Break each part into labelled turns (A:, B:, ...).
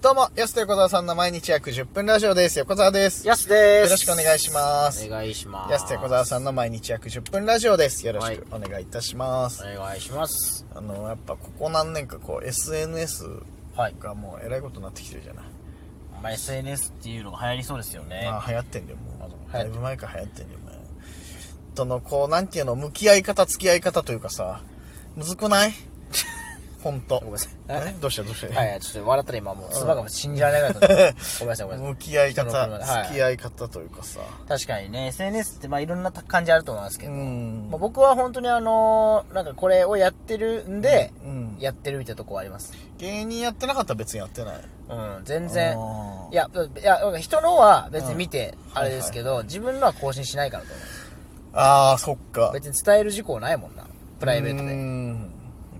A: どうも、安と横澤さんの毎日約10分ラジオです。横澤です。よ
B: やすです。
A: ろしくお願いします
B: お。願いします。
A: 安と横澤さんの毎日約10分ラジオです。よろしくお願いいたします。
B: お願いします。
A: あの、やっぱここ何年かこう SNS
B: はい。
A: がもうえらいことになってきてるじゃない。
B: まあ、SNS っていうのが流行りそうですよね。
A: まあ流行ってんだよ、も
B: あ
A: う
B: でも。流行
A: だ
B: ってる
A: いぶ前から流行ってんだよ、ね。その、こう、なんていうの、向き合い方、付き合い方というかさ、むずくない ほんと。
B: ごめんなさい
A: えどうしたどうした、
B: はい、ちょっと笑ったら今もう、唾が死んじゃうねえかと思って。ごめんなさい、ごめんな
A: 向き合い方、
B: 人の車ではい
A: 付き合い方というかさ。
B: さい。確かにね、SNS ってまあいろんな感じあると思いますけ
A: う
B: ど、
A: ん
B: まあ、。僕は本当にあのーなんかこれをやってるんで、
A: うん
B: やってるみたいなとこはあります。
A: 芸人やってなかったら別にやってない。
B: うん、全然
A: あ。ー
B: いや、いや、人のは別に見て、あれですけど、自分のは更新しないからと思う。
A: ああ、そっか。
B: 別に伝える事項ないもんな。プライベートで。
A: うん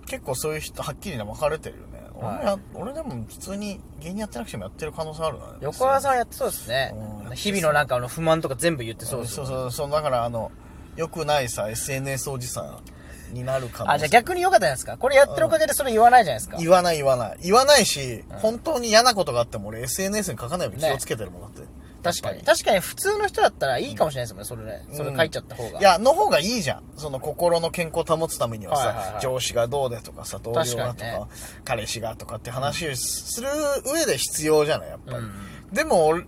A: 結構そういう人、はっきりね分かれてるよね。俺もや俺でも普通に芸人やってなくてもやってる可能性あるな。
B: 横川さんはやってそうですね
A: うん。
B: 日々のなんかあの不満とか全部言って
A: そ
B: そう
A: う
B: です
A: そ
B: よ
A: う
B: ね。
A: そうそうだからあのよくないさ SNS おじさんになるかも
B: あ、じゃあ逆に良かったじゃないですか。これやってるおかげでそれ言わないじゃないですか。
A: 言わない言わない言わないし、本当に嫌なことがあっても俺 SNS に書かないように気
B: ね
A: をつけてるもんだって、
B: 確か
A: や
B: に。
A: っ
B: 確かに普通の人だったらいいかもしれないですもんね、それね。それ書いちゃった方
A: ぱり
B: が。
A: い、やの方がいいじゃんその心の健康を保つためにはさ、
B: はいはいはい
A: 上司がどうでとかさ同僚がとか
B: 確かにね
A: 彼氏がとかって話をする上で必要じゃないやっぱり、
B: うん
A: でも俺ね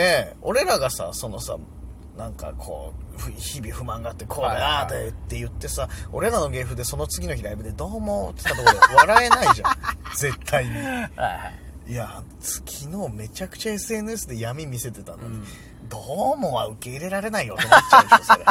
A: え俺らがさそのさなんかこうふ日々不満があってこう
B: はい
A: だ
B: はい
A: あーでって言ってさ俺らの芸風でその次の日ライブで「どうも」って言ったところで笑えないじ ゃん絶対に
B: はいはい。
A: いや昨日めちゃくちゃ SNS で闇見せてたのに、
B: うん
A: どうもは受け入れられないよと思っちゃうでしょ それ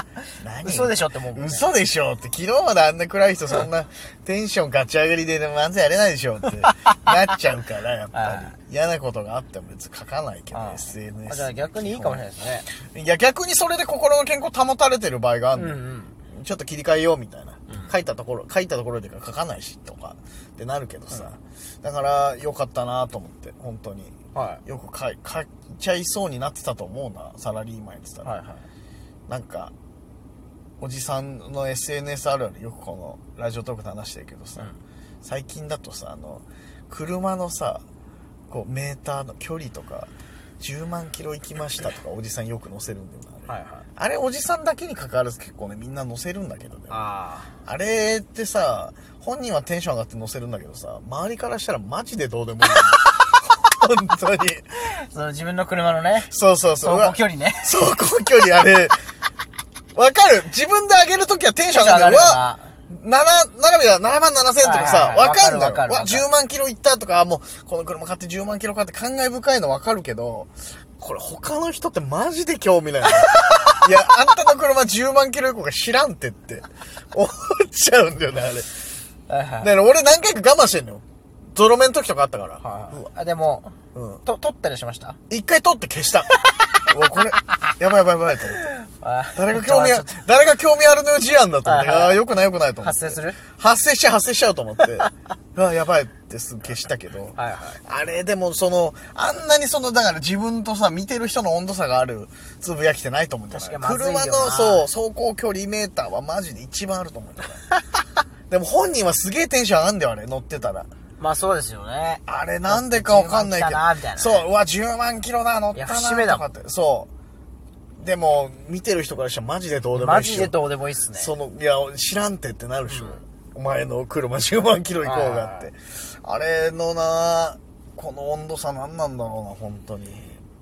A: 何
B: 嘘でしょって思うもんね
A: 嘘でしょって昨日まであんな暗い人そんなテンションガチ上がりで漫才やれないでしょって なっちゃうからやっぱ
B: は
A: り嫌なことがあっても別に書かないけど
B: あ
A: SNS
B: あじゃあ逆にいいかもしれないですね。
A: いや逆にそれで心の健康保たれてる場合があ
B: う
A: る
B: ん
A: の
B: う
A: よ、
B: ん。
A: ちょっと切り替えようみたいな、書いたところ書いたところでか書かないしとかってなるけどさ、だから良かったなと思って本当に
B: は
A: よく書い書いちゃいそうになってたと思うなサラリーマンやってた
B: い。
A: ら、
B: はいはい。
A: なんかおじさんの SNS あるあるよくこのラジオトークで話してるけどさ、
B: うん
A: 最近だとさあの車のさこうメーターの距離とか10万キロ行きましたとかおじさんよく載せるんだよなあれ、
B: はいはい。
A: あれおじさんだけに関わらず結構ねみんな載せるんだけどねあ
B: あ
A: れってさ本人はテンション上がって載せるんだけどさ周りからしたらマジでどうで もいい本当に
B: あ。その自分の車のね、
A: そうそうそう
B: 走行距離ね。
A: 走行距離あれ、わかる自分で上げるときはテンション上がる
B: テンション上が
A: わ7、並べは7万7千とか
B: はい
A: さ
B: は、いはい
A: わかるんだよ。
B: わかる
A: わ、
B: わかる
A: 10万キロいったとか、あもう、この車買って10万キロ買って感慨深いのわかるけど、これ他の人ってマジで興味 ないの。いや、あんたの車10万キロ以降が知らんってって、思っちゃうんだよね、あれ。
B: はいはい
A: だから俺何回か我慢してんのよ。ゾロ目の時とかあったから。
B: は
A: うわ
B: い。あ、でも、
A: うん
B: と、撮ったりしました
A: 一回撮って消した。うわこれ、やばいやばいやばいと思って。誰が
B: が
A: 興味あ、誰が興味あるのよ事案だと思って、
B: はいはい
A: ああ、良くない良くないと思って。
B: 発生する
A: 発生しちゃう、発生しちゃうと思 って、うわ、やばいってすぐ消したけど、
B: はいはい
A: あれ、でもその、あんなにその、だから自分とさ、見てる人の温度差があるつぶやきってないと思うんだよ
B: 確かにまずいよ
A: 車
B: な
A: の、そう、走行距離メーターはマジで一番ある と思うんだよねでも本人はすげえテンション上がんだよ、あれ、乗ってたら。
B: まあそうですよね。
A: あれなんでかわかんないけ
B: 10万来たなみたいな
A: ど。
B: ね
A: そう、うわ、10万キロだ、乗った
B: いや節目
A: な、
B: だ
A: とかって。そう。でも、見てる人からしたらマジでどうでもい
B: マ
A: いし。
B: ジでどうでもいいっすね。
A: その、いや、知らんてってなるでしょ。お前の車10万キロ行こうがって。あれのな、この温度差何なんだろうな、本当に。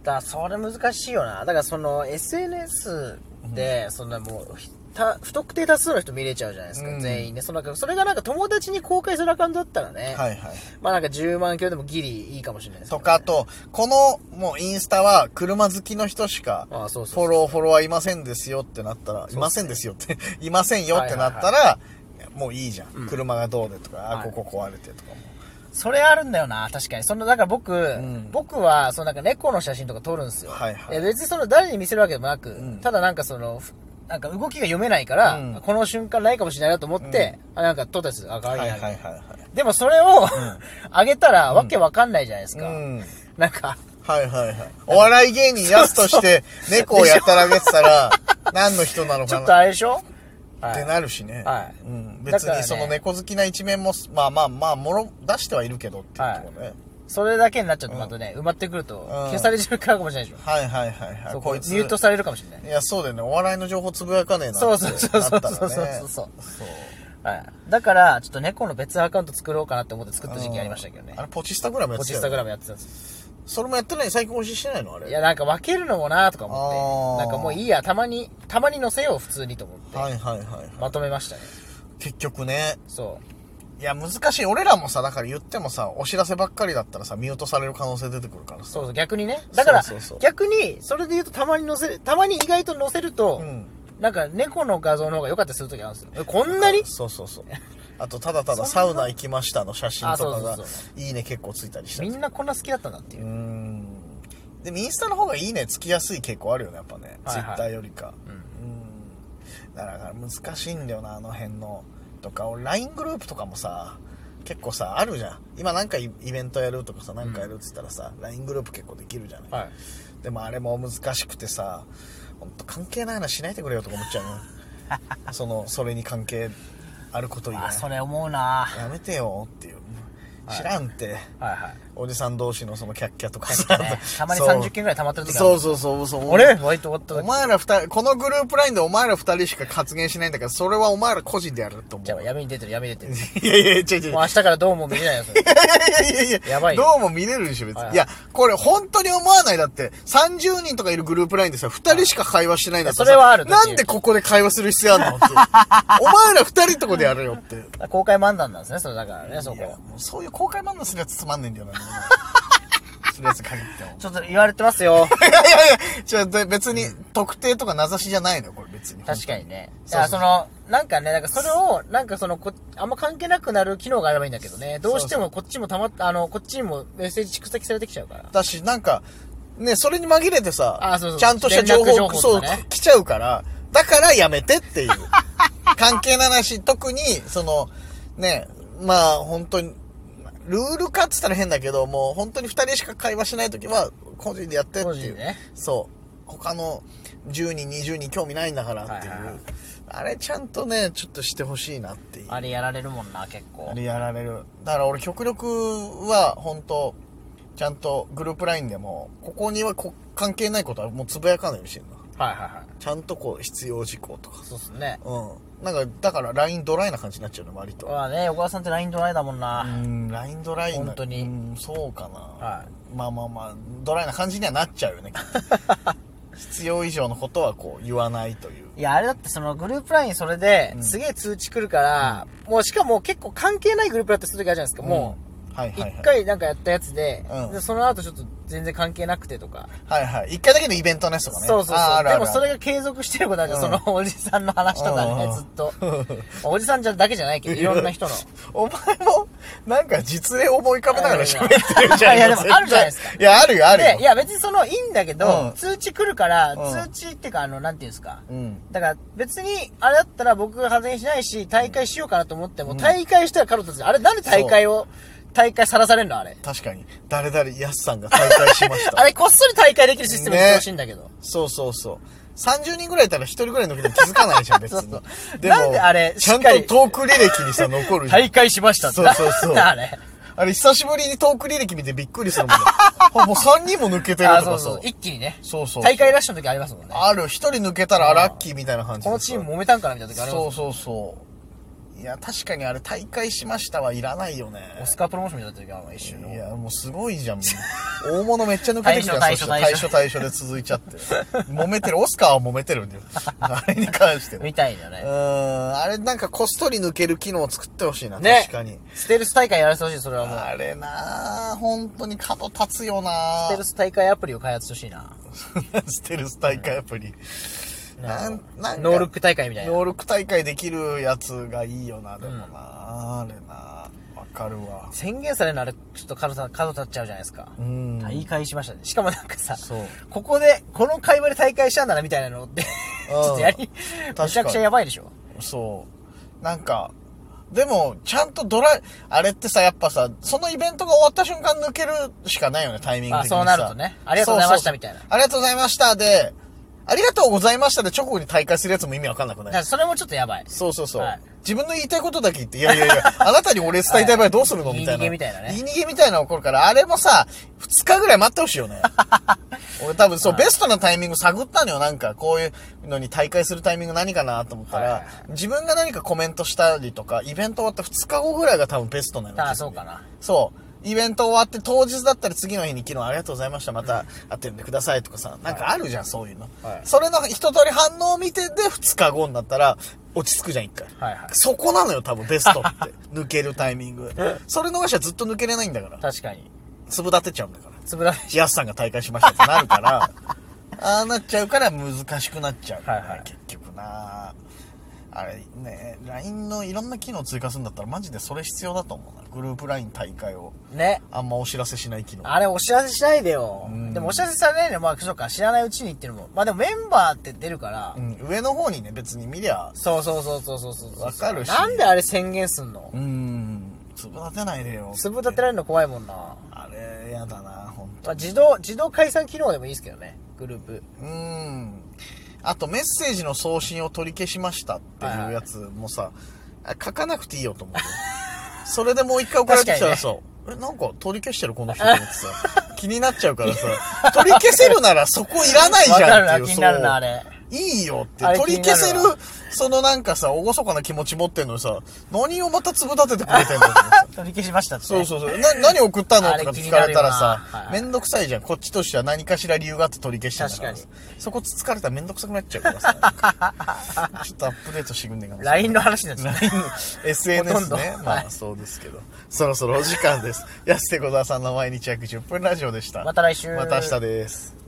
B: だからそれ難しいよなだからその SNS でそんなもうひた不特定多数の人見れちゃうじゃないですか、
A: うん
B: 全員でそのそれがなんか友達に公開するアカウントだったらね、
A: はいはい。
B: まあなんか10万キロでもギリいいかもしれないですけ
A: と
B: ど
A: か、あと、この、もうインスタは車好きの人しか、
B: ああそう
A: フ
B: そ
A: ォ
B: う
A: ロー、フォロワーいませんですよってなったら、いませんですよって、 いませんよってなったら、もういいじゃん,、
B: うん
A: 車がどうでとか、あ、
B: はい
A: ここ壊れてとかも。
B: それあるんだよな確かにそのだから僕、
A: ん
B: 僕はそのなんか猫の写真とか撮るんですよ、
A: はいはい
B: や別にその誰に見せるわけでもなく、
A: ん
B: ただなんかそのふなんか動きが読めないから、
A: うん
B: この瞬間ないかもしれないなと思って、あなんか撮ったやつあかわいいなみたいな
A: はい。
B: でもそれを、あげたらわけわかんないじゃないです
A: う
B: か。
A: ん。
B: なんか、
A: はいはいはい。お笑い芸人やすと して、猫をやたらげてたら、何の人なの
B: ち
A: か
B: ょっと
A: な
B: あれでしょ
A: って
B: はい
A: なるしね。
B: はい
A: うん。
B: だ
A: 別
B: からね
A: にその猫好きな一面も、まあまあまあ、もろ、出してはいるけどっていうところね。
B: それだけになっちゃうとまたね、埋まってくると、消されちゃうからかもしれないでし
A: はいはいはいは
B: ょ。
A: い。
B: そう
A: こ
B: こ
A: いつ。
B: ミュートされるかもしれない。
A: いや、そうだよね。お笑いの情報つぶやかねえなって。
B: そうそうそうそう
A: なったらね
B: そうそうそう
A: そう。
B: はい。だから、ちょっと猫の別アカウント作ろうかなって思って作った時期ありましたけどね
A: あ。れ、ポチスタグラムやっ
B: ポ
A: て
B: チ
A: たよ
B: スタ
A: ね
B: グラムやってたんです
A: それもやってない最近押ししてないのあれ。
B: よ。いや、なんか分けるのもなとか思って。
A: あー
B: なんかもういいや、たまに、たまに載せよう、普通にと思って。
A: はいはいはい。
B: まとめましたね。
A: 結局ね。
B: そ
A: いや、難しい。俺らもさ、だから言ってもさ、お知らせばっかりだったらさ、ミュートされる可能性出てくるから
B: う。
A: さ。
B: そうそう、逆にね。だから
A: そうそうそう、
B: 逆に、それで言うとたまに載せる、たまに意外と載せると
A: うん、
B: なんか猫の画像の方が良かったりする時あるんですよ。えこんなに
A: そうそうそう。あと、ただただサウナ行きましたの写真とか
B: あ
A: が
B: そうそうそ、
A: いいね結構ついたりした
B: み
A: り
B: んなこんな好きだったんだっていうう。
A: ん。でもインスタの方がいいねつきやすい傾構あるよね、やっぱね。
B: はい
A: ツイ
B: はい
A: ッターよりか。うん。だから難しいんだよな、あの辺の。とか、俺 LINE グループとかもさ、結構さ、あるじゃん。今なんかイイベントやるとかさ、なんかやるって言ったらさ、LINE グループ結構できるじゃない。
B: はい。
A: でもあれも難しくてさ本当関係ない話しないでくれよとか思っちゃうね そのそれに関係あること以
B: あ、
A: 外
B: それ思うな
A: やめてよっていう
B: はい
A: 知らんって、
B: はいはい。
A: おじさん同士のそのキャッキャとか
B: キャ
A: さ
B: ッキャねたまに
A: そう
B: 30件ぐらい溜まってる時ある
A: そうそうそうそう
B: 俺割と終わった
A: お
B: 時。
A: 前ら二人このグループラインでお前ら二人しか発言しないんだからそれはお前ら個人でやると思
B: じゃあ
A: ういや
B: 闇に出てる闇に出てる。
A: いやいや違う違う
B: もう明日からどうも見れないよ、それ。
A: いやいやいやいや、
B: やばいよ
A: どうも見れるでしょ、別に。
B: はい
A: い
B: は
A: や、
B: い
A: これ本当に思わない。だって、30人とかいるグループラインでさ、2人しか会話してないんだったらさ
B: それはある
A: なんでここで会話する必要 あるのって。お前ら2人とこでやれよって。
B: 公開漫談なんですね、それだからね、そ
A: いや
B: こ。
A: もうそういう公開漫画するやつつまんねえんだ よな。するやつ限っても。
B: ちょっと言われてますよ。
A: いやいやいや、ちょ、で別に、特定とか名指しじゃないのよ、これ別に。
B: 確か
A: に。
B: にね。い
A: そうそう
B: や、その、なんかね、なんかそれを、なんかそのこ、あんま関係なくなる機能があればいいんだけどね。どうしてもこっちもたまっあの、こっちにもメッセージ蓄積されてきちゃうから。
A: だし、なんか、ね、それに紛れてさ、
B: あそうそう
A: ちゃんとした情報、
B: 連絡情報
A: そ
B: と
A: う
B: かね、
A: 来ちゃうから、だからやめて っていう。関係ない話、特に、その、ね、まあ、本当に、ルールかって言ったら変だけど、もう本当に二人しか会話しないときは、個人でやってって
B: 個
A: い
B: 人
A: う。
B: でね
A: そう。他の10人、20人興味ないんだからっていう。
B: はいはいはい
A: あれちゃんとね、ちょっとしてほしいなっていう。
B: あれやられるもんな、結構
A: あ。れやられる。だから俺極力は、本当ちゃんとグループラインでも、ここにはこ関係ないことはもうつぶやかないようにしてるな。
B: はいはいはい。
A: ちゃんとこう、必要事項とか。
B: そうっすね。
A: うん。なんか、だから LINE ドライな感じになっちゃうの、割と。
B: まあね、横川さんって LINE ドライだもん
A: う
B: な。
A: ん、LINE ドライな。
B: 本当に
A: うん、そうかな。
B: は
A: まあまあまあ、ドライな感じにはなっちゃ うよね、きっと必要以上のことはこう、言わないという。
B: いや、あれだってそのグループラインそれで
A: う、ん
B: すげえ通知来るから、もうしかも結構関係ないグループだってする時あるじゃないですか、もう。
A: うん、はいはい
B: 一
A: はい。
B: 回なんかやったやつで,、
A: うん
B: でその後ちょっと全然関係なくてとか、
A: はいはい。一回だけのイベントのやつとかね。
B: そうそう
A: あー
B: そ
A: あ
B: う
A: るある
B: で
A: ある
B: もそれが継続してることなんか、
A: うん
B: そのおじさんの話とか
A: う
B: ね
A: ん
B: ずっとおじさんじゃだけじゃないけどいろんな人の
A: お前も、なんか実例思い浮かべながら喋ってるじゃん。
B: いやいやでもあるじゃないですか
A: いや、あるよ、ある
B: でい
A: よ。
B: や別にそのいいんだけど、
A: うん
B: 通知来るから、
A: うん
B: 通知っていうかあのなんていうんですか、
A: うん。
B: だから別にあれだったら僕が発言しないし大会しようかなと思っても、
A: ん
B: 大会したら彼女たちあれなんで大会を大会さらされるのあれ
A: 確かに。誰々、やすさんが大会しました。
B: あれこっそり大会できるシステムにしてほしいんだけど、
A: そうそうそう。30人ぐらいいたら1人ぐらいの時に気づかないじゃん、別
B: そう
A: に
B: そう。なんであれ
A: ちゃんと
B: しっかり
A: トーク履歴にさ、残るじゃん
B: 大会しましたって
A: そうそうそう
B: なんだあれ
A: あれ、久しぶりにトーク履歴見てびっくりするもんね。あ、もう3人も抜けてる
B: あ
A: と
B: そ
A: か
B: うそう
A: さ。
B: 一気にね
A: そうそう
B: 大会ラッシュの時ありますもんね
A: ある、1人抜けたらあラッキーみたいな感じで
B: こ
A: さ
B: のチーム揉めたんかなみたいな時あります
A: そ
B: も
A: うんそうそう。いや、確かにあれ、大会しましたはいらないよね。
B: オスカープロモーションみたいな時ある一瞬の
A: いや、もうすごいじゃん。もう大物めっちゃ抜けてきた
B: 対
A: 対
B: 象
A: 象
B: 対
A: 対
B: 象
A: 象対象で続いちゃって。揉めてる。オスカーは揉めてるん だよ。あれに関しては。
B: みたいな
A: う
B: ね
A: ーん。あれなんかこっそり抜ける機能を作ってほしいな。
B: ね
A: 確かに。
B: ステルス大会やらせてほしいそれはもう
A: あれなぁ、本当に角立つよな
B: ステル
A: ぁ。
B: ス大会アプリを開発してほしいな
A: ステルス大会アプリ。なん、なんか
B: ノールック大会みたいな
A: 能力大会できるやつがいいよな、でもな、あれなわかるわ。
B: 宣言されるのあれちょっと角立角立っちゃうじゃないですか
A: うん。
B: 大会しましたねしかもなんかさ
A: そう
B: ここでこの会話で大会したんだなみたいなのってちょっとやり
A: うん
B: めちゃくちゃやばいでしょ
A: そう。なんか、でも、ちゃんとドライ、あれってさ、やっぱさ、そのイベントが終わった瞬間抜けるしかないよね、タイミング的にさ
B: あそうなるとねありがとうございました
A: そそ
B: みたい
A: ありがとうございましたで、ありがとうございましたで直後に大会するやつも意味わかんなく
B: だ
A: な
B: か
A: い
B: らそれもちょっとやばい
A: そうそうそう。
B: はい
A: 自分の言いたいことだけ言って、いやい やいや、あなたに俺伝えたい場合どうするの
B: はい
A: みたいな。
B: 言い逃げみたいなね
A: 言い逃げみたいなの起こるから、あれもさ、2日ぐらい待ってほしいよ ね。俺多分そう、ベストなタイミング探ったのよ。なんか、こういうのに大会するタイミング何かなと思ったら、
B: はいはい
A: 自分が何かコメントしたりとか、イベント終わった2日後ぐらいが多分ベストなのよ。
B: ああ、そうかな。
A: そう。イベント終わって当日だったり次の日に昨日ありがとうございました。また会ってるんでくださいとかさ、なんかあるじゃん、そういうの。
B: はい
A: それの一通り反応を見てで2日後になったら落ち着くじゃん、一回。
B: はいはい
A: そこなのよ、多分ベストって。 抜けるタイミング。それ逃しはずっと抜けれないんだから。
B: 確かに。
A: 粒立てちゃうんだから。
B: つぶらな
A: ヤスさんが大会しましたってなる から、ああなっちゃうから難しくなっちゃう、
B: はいはい
A: 結局な。あれね、LINE のいろんな機能追加するんだったらマジでそれ必要だと思うな。グループ LINE 大会を。
B: い。ね。
A: あんまお知らせしない機能。
B: あれ、お知らせしないでよ
A: ん。
B: でも、お知らせされないのは、まあ、そうか、知らないうちに言ってるもん。まあ、でも、メンバーって出るから
A: う、ん、上の方にね、別に見りゃ、
B: そうそうそうそうそうそう。
A: わかるし
B: なんであれ宣言すんの
A: うーん、粒立てないでよ。
B: つぶ立てられるの怖いもんな。
A: あれ、やだな、ほんと。
B: まあ、自動、自動解散機能でもいいですけどね、グループ。
A: うーん。あと、メッセージの送信を取り消しましたっていうやつもさ、あ書かなくていいよと思うよ。 それでもう一回送られてきたらさ、え、なんか取り消してるこの人と思ってさ、気になっちゃうからさ、取り消せるならそこいらないじゃん
B: わ
A: っていう。
B: かるな、気になる
A: そう
B: な、あれ。
A: いいよって
B: あ。れ
A: 取り消せる
B: 気になる、
A: そのなんかさ、おごそかな気持ち持ってんのにさ、何をまた粒立ててくれてん の
B: 取り消しましたって。
A: そうそうそう。な、何送ったの
B: あ
A: と
B: れ
A: か聞かれたら
B: 気になるよ
A: さ
B: な、はい
A: めんどくさいじゃん。こっちとしては何かしら理由があって取り消してんだから
B: 確
A: そこつつかれたらめんどくさくなっちゃうからさ。 ちょっとアップデートしてくんねえかな。
B: LINE の話になっちゃっ た。ほと
A: SNS
B: んど
A: ね。ま
B: は
A: あそうですけど。そろそろお時間です。安手小沢さんの毎日約10分ラジオでした。
B: また来週
A: また明日です。